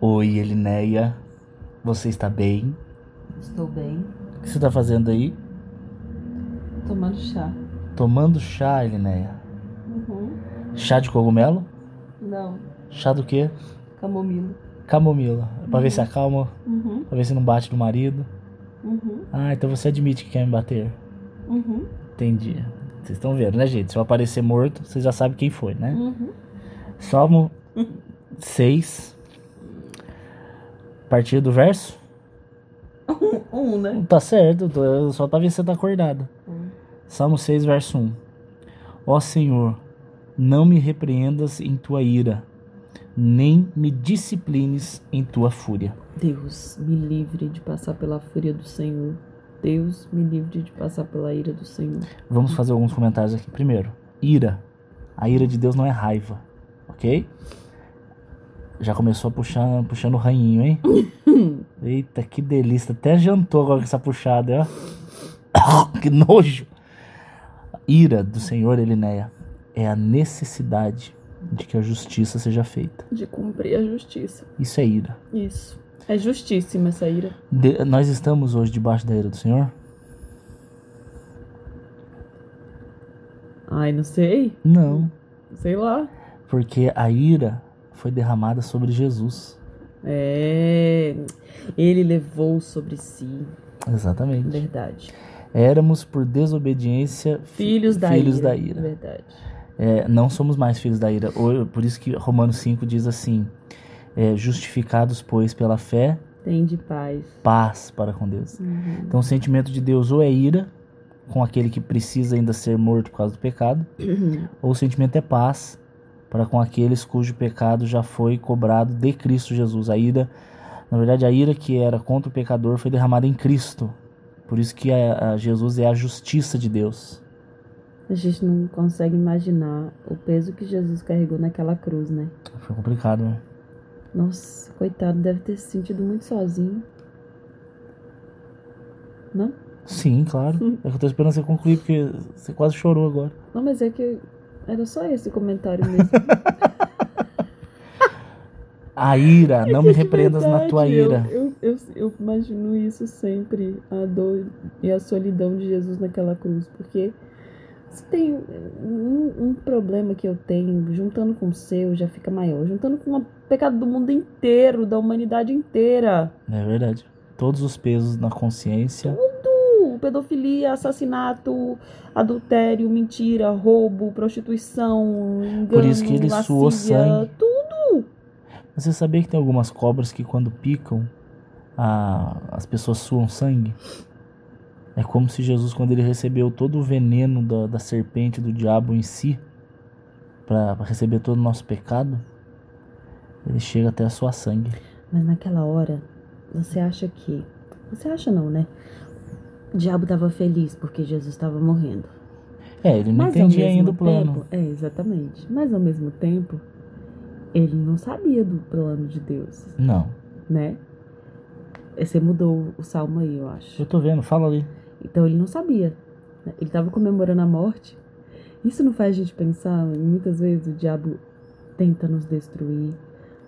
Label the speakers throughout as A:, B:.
A: Oi, Elineia. Você está bem?
B: Estou bem.
A: O que você está fazendo aí?
B: Tomando chá.
A: Tomando chá, Elineia.
B: Uhum.
A: Chá de cogumelo?
B: Não.
A: Chá do quê?
B: Camomila.
A: Camomila. É Pra ver se acalma,
B: Uhum.
A: pra ver se não bate no marido.
B: Uhum.
A: Ah, então você admite que quer me bater.
B: Uhum.
A: Entendi. Vocês estão vendo, né, gente? Se eu aparecer morto, vocês já sabem quem foi, né? um
B: Uhum.
A: Salmo 6. Partir do verso?
B: Um, um, né?
A: Tá certo, tô- só pra ver se você tá acordada.
B: Hum.
A: Salmo 6, verso 1. Ó Senhor, não me repreendas em tua ira, nem me disciplines em tua fúria.
B: Deus me livre de passar pela fúria do Senhor. Deus me livre de passar pela ira do Senhor.
A: Vamos fazer alguns comentários aqui. Primeiro, ira. A ira de Deus não é raiva, ok? Já começou puxando, puxando o rainho, hein? Eita, que delícia. Até jantou agora com essa puxada, ó. que nojo. Ira do Senhor, Elinéia, é a necessidade de que a justiça seja feita.
B: De cumprir a justiça.
A: Isso é ira.
B: Isso. É justíssima essa ira.
A: De- nós estamos hoje debaixo da ira do Senhor?
B: Ai, não sei.
A: Não,
B: Sei lá.
A: porque a ira foi derramada sobre Jesus.
B: É. Ele levou sobre si.
A: Exatamente.
B: Verdade.
A: Éramos por desobediência fi-
B: Filhos da
A: filhos
B: ira.
A: da ira.
B: Verdade.
A: É, não somos mais filhos da ira. Ou- Por isso que Romanos 5 diz assim: é, justificados, pois, pela fé,
B: Tem de paz.
A: paz para com Deus.
B: Uhum.
A: Então, o sentimento de Deus ou é ira, com aquele que precisa ainda ser morto por causa do pecado,
B: Uhum.
A: ou o sentimento é paz para com aqueles cujo pecado já foi cobrado de Cristo Jesus. A ira, na verdade, a ira que era contra o pecador foi derramada em Cristo. Por isso que a- a Jesus é a justiça de Deus.
B: A gente não consegue imaginar o peso que Jesus carregou naquela cruz, né?
A: Foi complicado, né?
B: Nossa, coitado, deve ter se sentido muito sozinho. Não?
A: Sim, claro.
B: Hum.
A: É que eu tô esperando você concluir, porque você quase chorou agora.
B: Não, mas é que era só esse o comentário mesmo.
A: A ira, não me
B: É De
A: repreendas na tua
B: verdade, eu-
A: ira.
B: Eu, eu, eu imagino isso sempre, a dor e a solidão de Jesus naquela cruz, porque se tem um, um problema que eu tenho, juntando com o seu, já fica maior, juntando com o pecado do mundo inteiro, da humanidade inteira.
A: É verdade. Todos os pesos na consciência.
B: Tudo! Pedofilia, assassinato, adultério, mentira, roubo, prostituição, engano,
A: Por isso que ele suou
B: lascívia,
A: sangue.
B: Tudo.
A: Você sabia que tem algumas cobras que quando picam, a- as pessoas suam sangue? É como se Jesus, quando ele recebeu todo o veneno da, da serpente, do diabo em si, pra pra receber todo o nosso pecado, ele chega até a suar sangue.
B: Mas naquela hora, você acha que. Você acha não, né? O diabo tava feliz porque Jesus estava morrendo.
A: É, ele não
B: Mas ao
A: entendia
B: mesmo
A: ainda o plano.
B: Tempo, é, exatamente. Mas ao mesmo tempo, ele não sabia do plano de Deus,
A: Não.
B: né? Eh, Você mudou o salmo aí, eu acho.
A: Eu tô vendo, fala ali.
B: Então ele não sabia. né? Ele estava comemorando a morte. Isso não faz a gente pensar, em muitas vezes o diabo tenta nos destruir,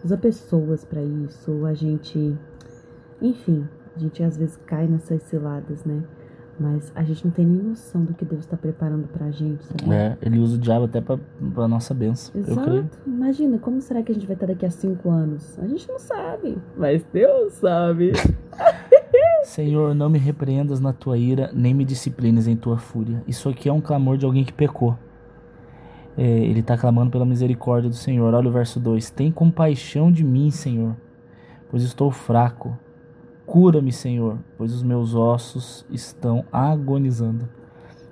B: usa pessoas para isso, ou a gente. Enfim, a gente às vezes cai nessas ciladas, né? Mas a gente não tem nem noção do que Deus está preparando pra gente, sabe?
A: É, ele usa o diabo até pra, pra nossa benção. Eu creio.
B: Exato. Imagina, como será que a gente vai estar daqui a cinco anos? A gente não sabe. Mas Deus sabe.
A: Senhor, não me repreendas na tua ira, nem me disciplines em tua fúria. Isso aqui é um clamor de alguém que pecou. É, ele tá clamando pela misericórdia do Senhor. Olha o verso 2. Tem compaixão de mim, Senhor, pois estou fraco. Cura-me, Senhor, pois os meus ossos estão agonizando.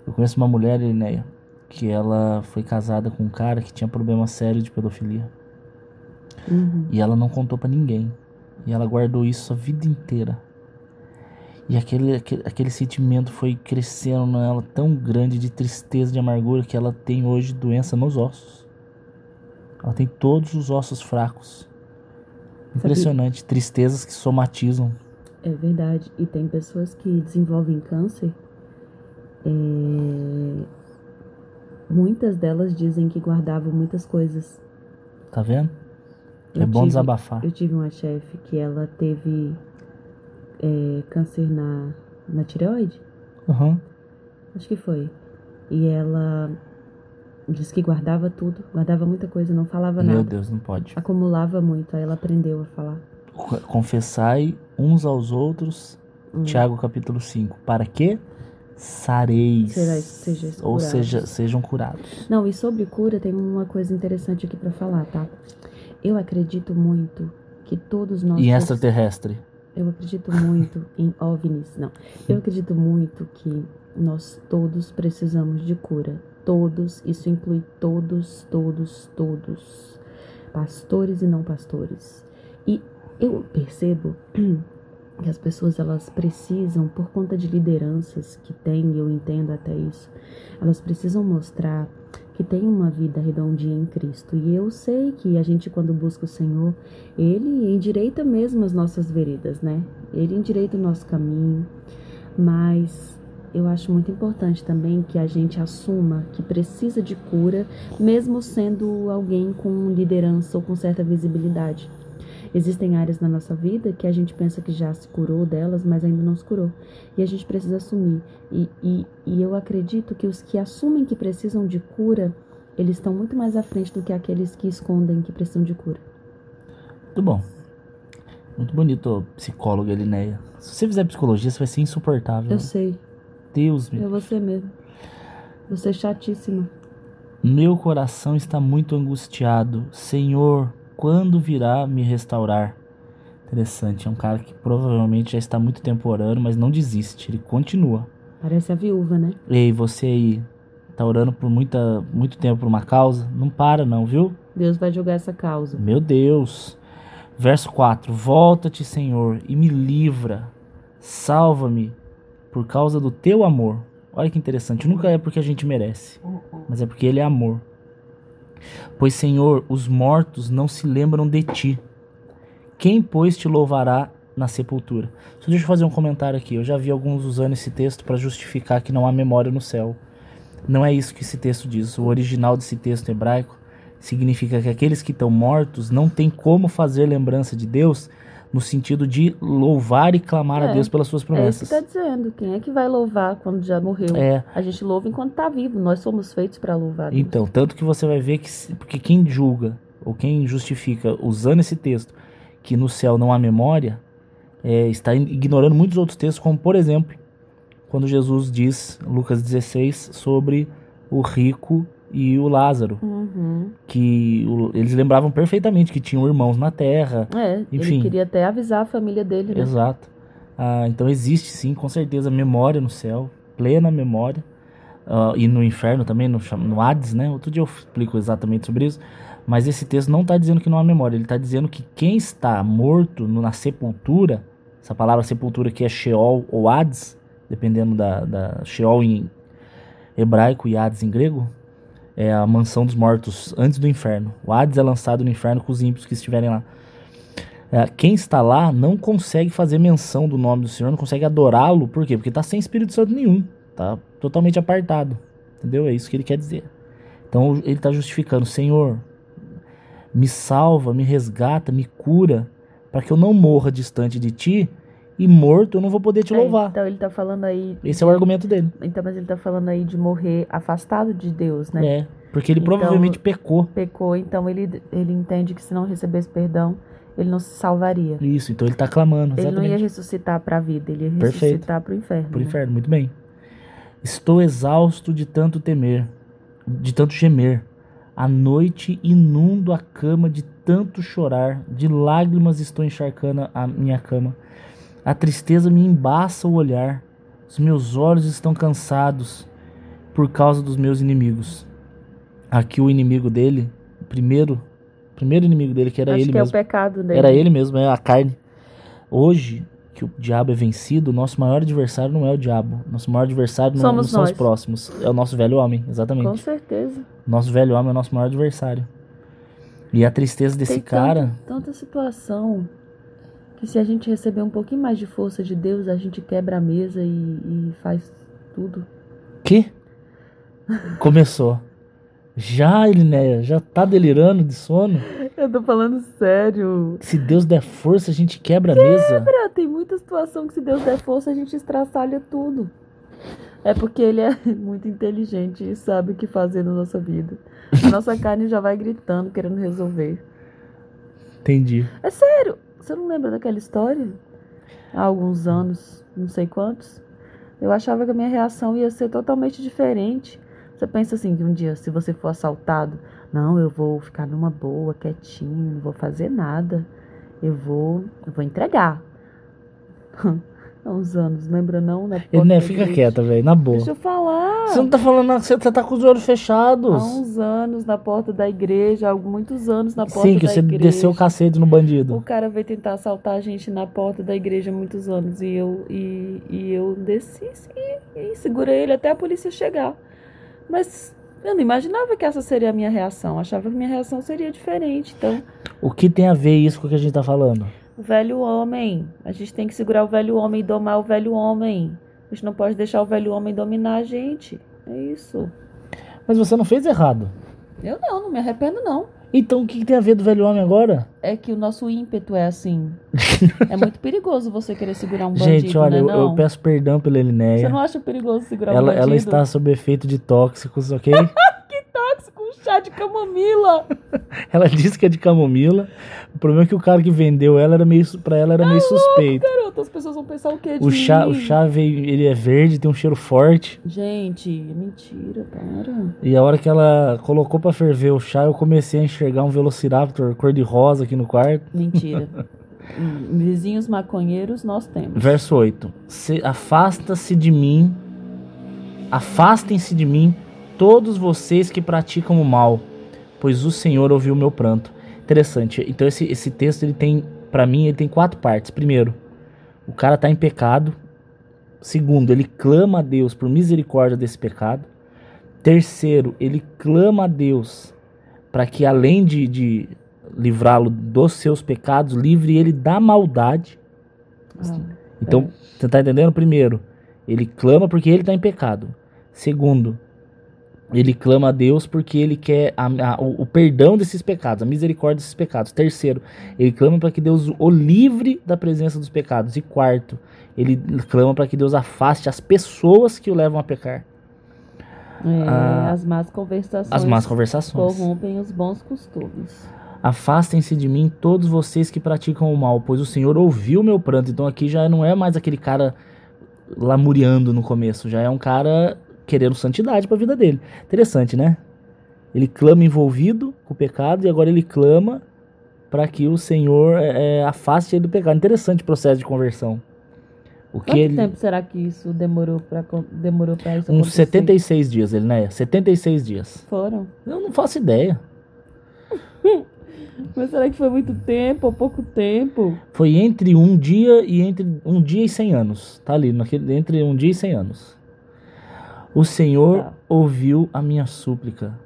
A: Eu conheço uma mulher, Elineia, que ela foi casada com um cara que tinha problema sério de pedofilia.
B: Uhum.
A: E ela não contou pra ninguém. E ela guardou isso a vida inteira. E aquele, aquele, aquele sentimento foi crescendo nela tão grande de tristeza, de amargura, que ela tem hoje doença nos ossos. Ela tem todos os ossos fracos. Impressionante. Tristezas que somatizam.
B: É verdade. E tem pessoas que desenvolvem câncer. é, Muitas delas dizem que guardavam muitas coisas
A: Tá vendo? É bom
B: tive-
A: desabafar.
B: Eu tive uma chefe que ela teve é, câncer na, na tireoide,
A: Aham.
B: acho que foi. E ela disse que guardava tudo, guardava muita coisa, não falava
A: Meu
B: nada.
A: Deus, não pode.
B: Acumulava muito, aí ela aprendeu a falar.
A: Co- Confessai uns aos outros.
B: Hum.
A: Tiago capítulo 5. Para que sareis.
B: Será- sejais
A: ou seja,
B: curados.
A: sejam curados.
B: Não, e sobre cura tem uma coisa interessante aqui pra falar, tá? Eu acredito muito que todos nós.
A: E extraterrestre.
B: Eu acredito muito em OVNIs, não. Eu acredito muito que nós todos precisamos de cura. Todos, isso inclui todos, todos, todos. Pastores e não pastores. E eu percebo que as pessoas elas precisam por conta de lideranças que têm, e eu entendo até isso. Elas precisam mostrar que tem uma vida redondinha em Cristo. E eu sei que a gente quando busca o Senhor, ele endireita mesmo as nossas veredas, né? Ele endireita o nosso caminho, mas eu acho muito importante também que a gente assuma que precisa de cura, mesmo sendo alguém com liderança ou com certa visibilidade. Existem áreas na nossa vida que a gente pensa que já se curou delas, mas ainda não se curou. E a gente precisa assumir. E, e, e eu acredito que os que assumem que precisam de cura, eles estão muito mais à frente do que aqueles que escondem que precisam de cura.
A: Muito bom. Muito bonito, ô psicóloga Elineia. Se você fizer psicologia, você vai ser insuportável.
B: Eu sei.
A: Deus meu.
B: É você mesmo. Você é chatíssima.
A: Meu coração está muito angustiado. Senhor, quando virá me restaurar? Interessante, é um cara que provavelmente já está muito temporando, mas não desiste, ele continua.
B: Parece a viúva, né?
A: Ei, você aí, tá orando por muita, muito tempo por uma causa? Não para não, viu?
B: Deus vai julgar essa causa.
A: Meu Deus. Verso 4: Volta-te, Senhor, e me livra. Salva-me por causa do teu amor. Olha que interessante, nunca é porque a gente merece, mas é porque ele é amor. Pois, Senhor, os mortos não se lembram de ti. Quem, pois, te louvará na sepultura? Só deixa eu fazer um comentário aqui. Eu já vi alguns usando esse texto para justificar que não há memória no céu. Não é isso que esse texto diz. O original desse texto hebraico significa que aqueles que estão mortos não têm como fazer lembrança de Deus no sentido de louvar e clamar a
B: É.
A: Deus pelas suas
B: É isso que
A: promessas.
B: tá dizendo. Quem é que vai louvar quando já morreu?
A: É,
B: A gente louva enquanto tá vivo. Nós somos feitos pra louvar. Deus.
A: então, tanto que você vai ver que se- porque quem julga ou quem justifica usando esse texto que no céu não há memória, é, está in- ignorando muitos outros textos, como por exemplo, quando Jesus diz, Lucas 16, sobre o rico e o Lázaro,
B: Uhum.
A: que o- eles lembravam perfeitamente que tinham irmãos na terra,
B: É,
A: Enfim.
B: ele queria até avisar a família dele, né?
A: Exato. Ah, então existe sim, com certeza, memória no céu, plena memória. Ah, e no inferno também, no, cham- no Hades, né? Outro dia eu explico exatamente sobre isso. Mas esse texto não está dizendo que não há memória, ele está dizendo que quem está morto no- na sepultura, essa palavra sepultura aqui é Sheol ou Hades, dependendo da, da Sheol em hebraico e Hades em grego, é a mansão dos mortos antes do inferno. O Hades é lançado no inferno com os ímpios que estiverem lá. É, quem está lá não consegue fazer menção do nome do Senhor, não consegue adorá-lo, por quê? Porque está sem Espírito Santo nenhum, tá totalmente apartado, entendeu? É isso que ele quer dizer. Então ele está justificando, Senhor, me salva, me resgata, me cura, para que eu não morra distante de Ti e morto eu não vou poder Te
B: É,
A: louvar.
B: então ele tá falando aí.
A: Esse é o argumento dele.
B: Então, mas ele tá falando aí de morrer afastado de Deus, né?
A: É, porque ele
B: Então-
A: provavelmente pecou.
B: Pecou, então ele, ele entende que se não recebesse perdão, ele não se salvaria.
A: Isso, então ele tá clamando,
B: Ele não ia
A: exatamente.
B: ressuscitar pra vida, ele ia
A: Perfeito.
B: ressuscitar pro inferno.
A: Pro
B: né?
A: inferno, muito bem. Estou exausto de tanto temer, de tanto gemer. À noite inundo a cama de tanto chorar, de lágrimas estou encharcando a minha cama. A tristeza me embaça o olhar, os meus olhos estão cansados por causa dos meus inimigos. Aqui o inimigo dele, o primeiro, o primeiro inimigo dele que era
B: Acho
A: ele
B: que
A: mesmo.
B: é o pecado dele.
A: Era ele mesmo, é a carne. Hoje, que o diabo é vencido, o nosso maior adversário não é o diabo. Nosso maior adversário não,
B: Somos
A: não são os
B: nós.
A: próximos. É o nosso velho homem,
B: Com
A: exatamente.
B: certeza.
A: Nosso velho homem é o nosso maior adversário. E a tristeza desse
B: Tem
A: cara.
B: tanta, tanta situação que se a gente receber um pouquinho mais de força de Deus, a gente quebra a mesa e, e faz tudo.
A: Que? Começou. Já, Elinéia, já tá né, delirando de sono?
B: Eu tô falando sério.
A: Se Deus der força, a gente quebra a mesa.
B: Cara, tem muita situação que se Deus der força, a gente estraçalha tudo. É porque ele é muito inteligente e sabe o que fazer na nossa vida. A nossa carne já vai gritando, querendo resolver.
A: Entendi.
B: É sério, você não lembra daquela história? Há alguns anos, não sei quantos, eu achava que a minha reação ia ser totalmente diferente. Você pensa assim, que um dia, se você for assaltado, não, eu vou ficar numa boa, quietinho, não vou fazer nada. Eu vou, eu vou entregar. Há uns anos, lembra não? Na
A: Ele, né,
B: porta da
A: fica
B: igreja.
A: quieta, velho, na boa.
B: Deixa eu falar.
A: Você não tá falando nada, você você tá com os olhos
B: Há
A: fechados.
B: uns anos na porta da igreja, há muitos anos na porta
A: Sim,
B: da
A: que você
B: igreja.
A: desceu o cacete no bandido.
B: O cara veio tentar assaltar a gente na porta da igreja há muitos anos. E eu, e, e eu desci e, e segurei ele até a polícia chegar. Mas eu não imaginava que essa seria a minha reação. Achava que minha reação seria diferente. Então,
A: O que tem a ver isso com o que a gente tá falando?
B: o velho homem. A gente tem que segurar o velho homem e domar o velho homem. A gente não pode deixar o velho homem dominar a gente. É isso.
A: Mas você não fez errado.
B: Eu não, não me arrependo, não.
A: Então o que que tem a ver do velho homem agora?
B: É que o nosso ímpeto é assim. é muito perigoso você querer segurar um bandido,
A: gente, olha,
B: né,
A: eu,
B: não?
A: eu peço perdão pela
B: Você
A: Elinéia.
B: não acha perigoso segurar um
A: É. Ela,
B: bandido?
A: ela está sob efeito de tóxicos, ok?
B: Táxi com chá de camomila.
A: ela disse que é de camomila. O problema é que o cara que vendeu ela era meio, su- pra ela era
B: Tá
A: meio suspeito.
B: Garoto, as pessoas vão pensar o quê de
A: O chá,
B: mim?
A: o chá veio, ele é verde, tem um cheiro forte.
B: Gente, é mentira, para.
A: E a hora que ela colocou pra ferver o chá, eu comecei a enxergar um velociraptor cor de rosa aqui no quarto.
B: Mentira. Hum, Vizinhos maconheiros nós temos.
A: Verso 8: Se- Afasta-se de mim, afastem-se de mim, todos vocês que praticam o mal, pois o Senhor ouviu o meu pranto. Interessante. Então, esse, esse texto, ele tem, para mim, ele tem quatro partes. Primeiro, o cara tá em pecado. Segundo, ele clama a Deus por misericórdia desse pecado. Terceiro, ele clama a Deus para que, além de, de livrá-lo dos seus pecados, livre ele da maldade.
B: Ah,
A: Então, você tá entendendo? Primeiro, ele clama porque ele tá em pecado. Segundo, ele clama a Deus porque ele quer a- a- o, o perdão desses pecados, a misericórdia desses pecados. Terceiro, ele clama para que Deus o livre da presença dos pecados. E quarto, ele clama para que Deus afaste as pessoas que o levam a pecar.
B: é,
A: Ah,
B: as más conversações
A: As más conversações.
B: corrompem os bons costumes.
A: Afastem-se de mim todos vocês que praticam o mal, pois o Senhor ouviu o meu pranto. Então aqui já não é mais aquele cara lamuriando no começo, já é um cara querendo santidade para a vida dele. Interessante, né? Ele clama envolvido com o pecado e agora ele clama para que o Senhor é, é, afaste ele do pecado. Interessante o processo de conversão. O que
B: Quanto
A: ele
B: tempo será que isso demorou pra, con- demorou pra isso
A: uns
B: acontecer?
A: 76 dias, ele né? 76 dias.
B: Foram?
A: Eu não faço ideia.
B: Mas será que foi muito tempo ou pouco tempo?
A: Foi entre um dia e entre um dia e cem anos. Tá ali, naquele, entre um dia e cem anos. O Senhor
B: Tá.
A: ouviu a minha súplica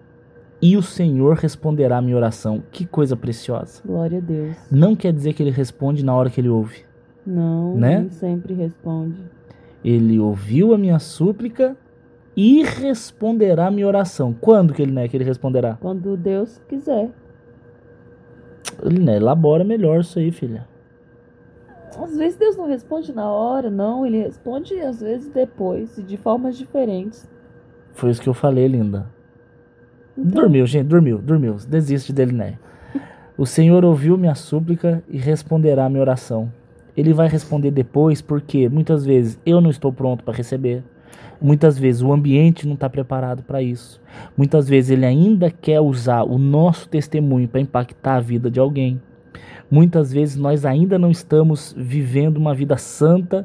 A: e o Senhor responderá a minha oração. Que coisa preciosa.
B: Glória a Deus.
A: Não quer dizer que ele responde na hora que ele ouve.
B: Não,
A: Né?
B: nem sempre responde.
A: Ele ouviu a minha súplica e responderá a minha oração. Quando que ele, né, que ele responderá?
B: Quando Deus quiser.
A: Ele, né, elabora melhor isso aí, filha.
B: Às vezes Deus não responde na hora, não. Ele responde às vezes depois e de formas diferentes.
A: Foi isso que eu falei, linda.
B: Então,
A: Dormiu, gente, dormiu, dormiu. Desiste dele, né? O Senhor ouviu minha súplica e responderá a minha oração. Ele vai responder depois, porque muitas vezes eu não estou pronto para receber. Muitas vezes o ambiente não está preparado para isso. Muitas vezes ele ainda quer usar o nosso testemunho para impactar a vida de alguém. Muitas vezes nós ainda não estamos vivendo uma vida santa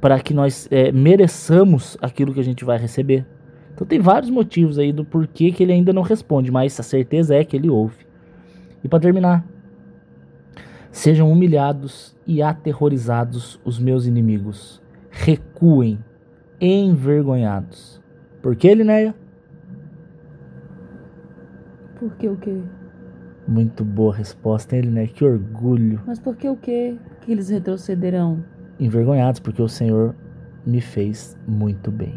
A: para que nós eh, mereçamos aquilo que a gente vai receber. Então tem vários motivos aí do porquê que ele ainda não responde, mas a certeza é que ele ouve. E para terminar, sejam humilhados e aterrorizados os meus inimigos. Recuem, envergonhados. Por que, Linéia?
B: por que o quê?
A: Muito boa resposta, hein, Linéia? Que orgulho.
B: Mas por que o quê? Que eles retrocederão?
A: Envergonhados, porque o Senhor me fez muito bem.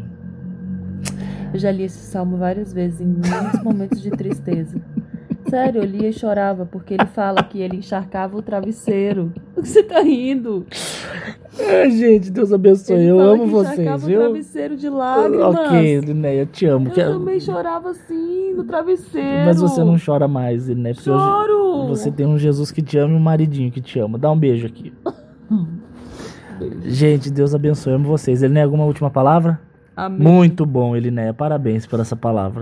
B: Eu já li esse salmo várias vezes em muitos momentos de tristeza. Sério, eu lia e chorava, porque ele fala que ele encharcava o travesseiro. Você tá rindo?
A: Ai, gente, Deus abençoe.
B: Ele
A: eu
B: fala
A: amo
B: que
A: vocês,
B: encharcava
A: viu?
B: o travesseiro de lágrimas.
A: Ok, Linéia, eu te amo.
B: Eu
A: Que- é-
B: também chorava assim, no travesseiro.
A: Mas você não chora mais, Linéia. Porque hoje
B: Choro!
A: você tem um Jesus que te ama e um maridinho que te ama. Dá um beijo aqui. Gente, Deus abençoe. Eu amo vocês. Ele alguma é última palavra?
B: Amém.
A: Muito bom, Elinéia. é. Parabéns por essa palavra.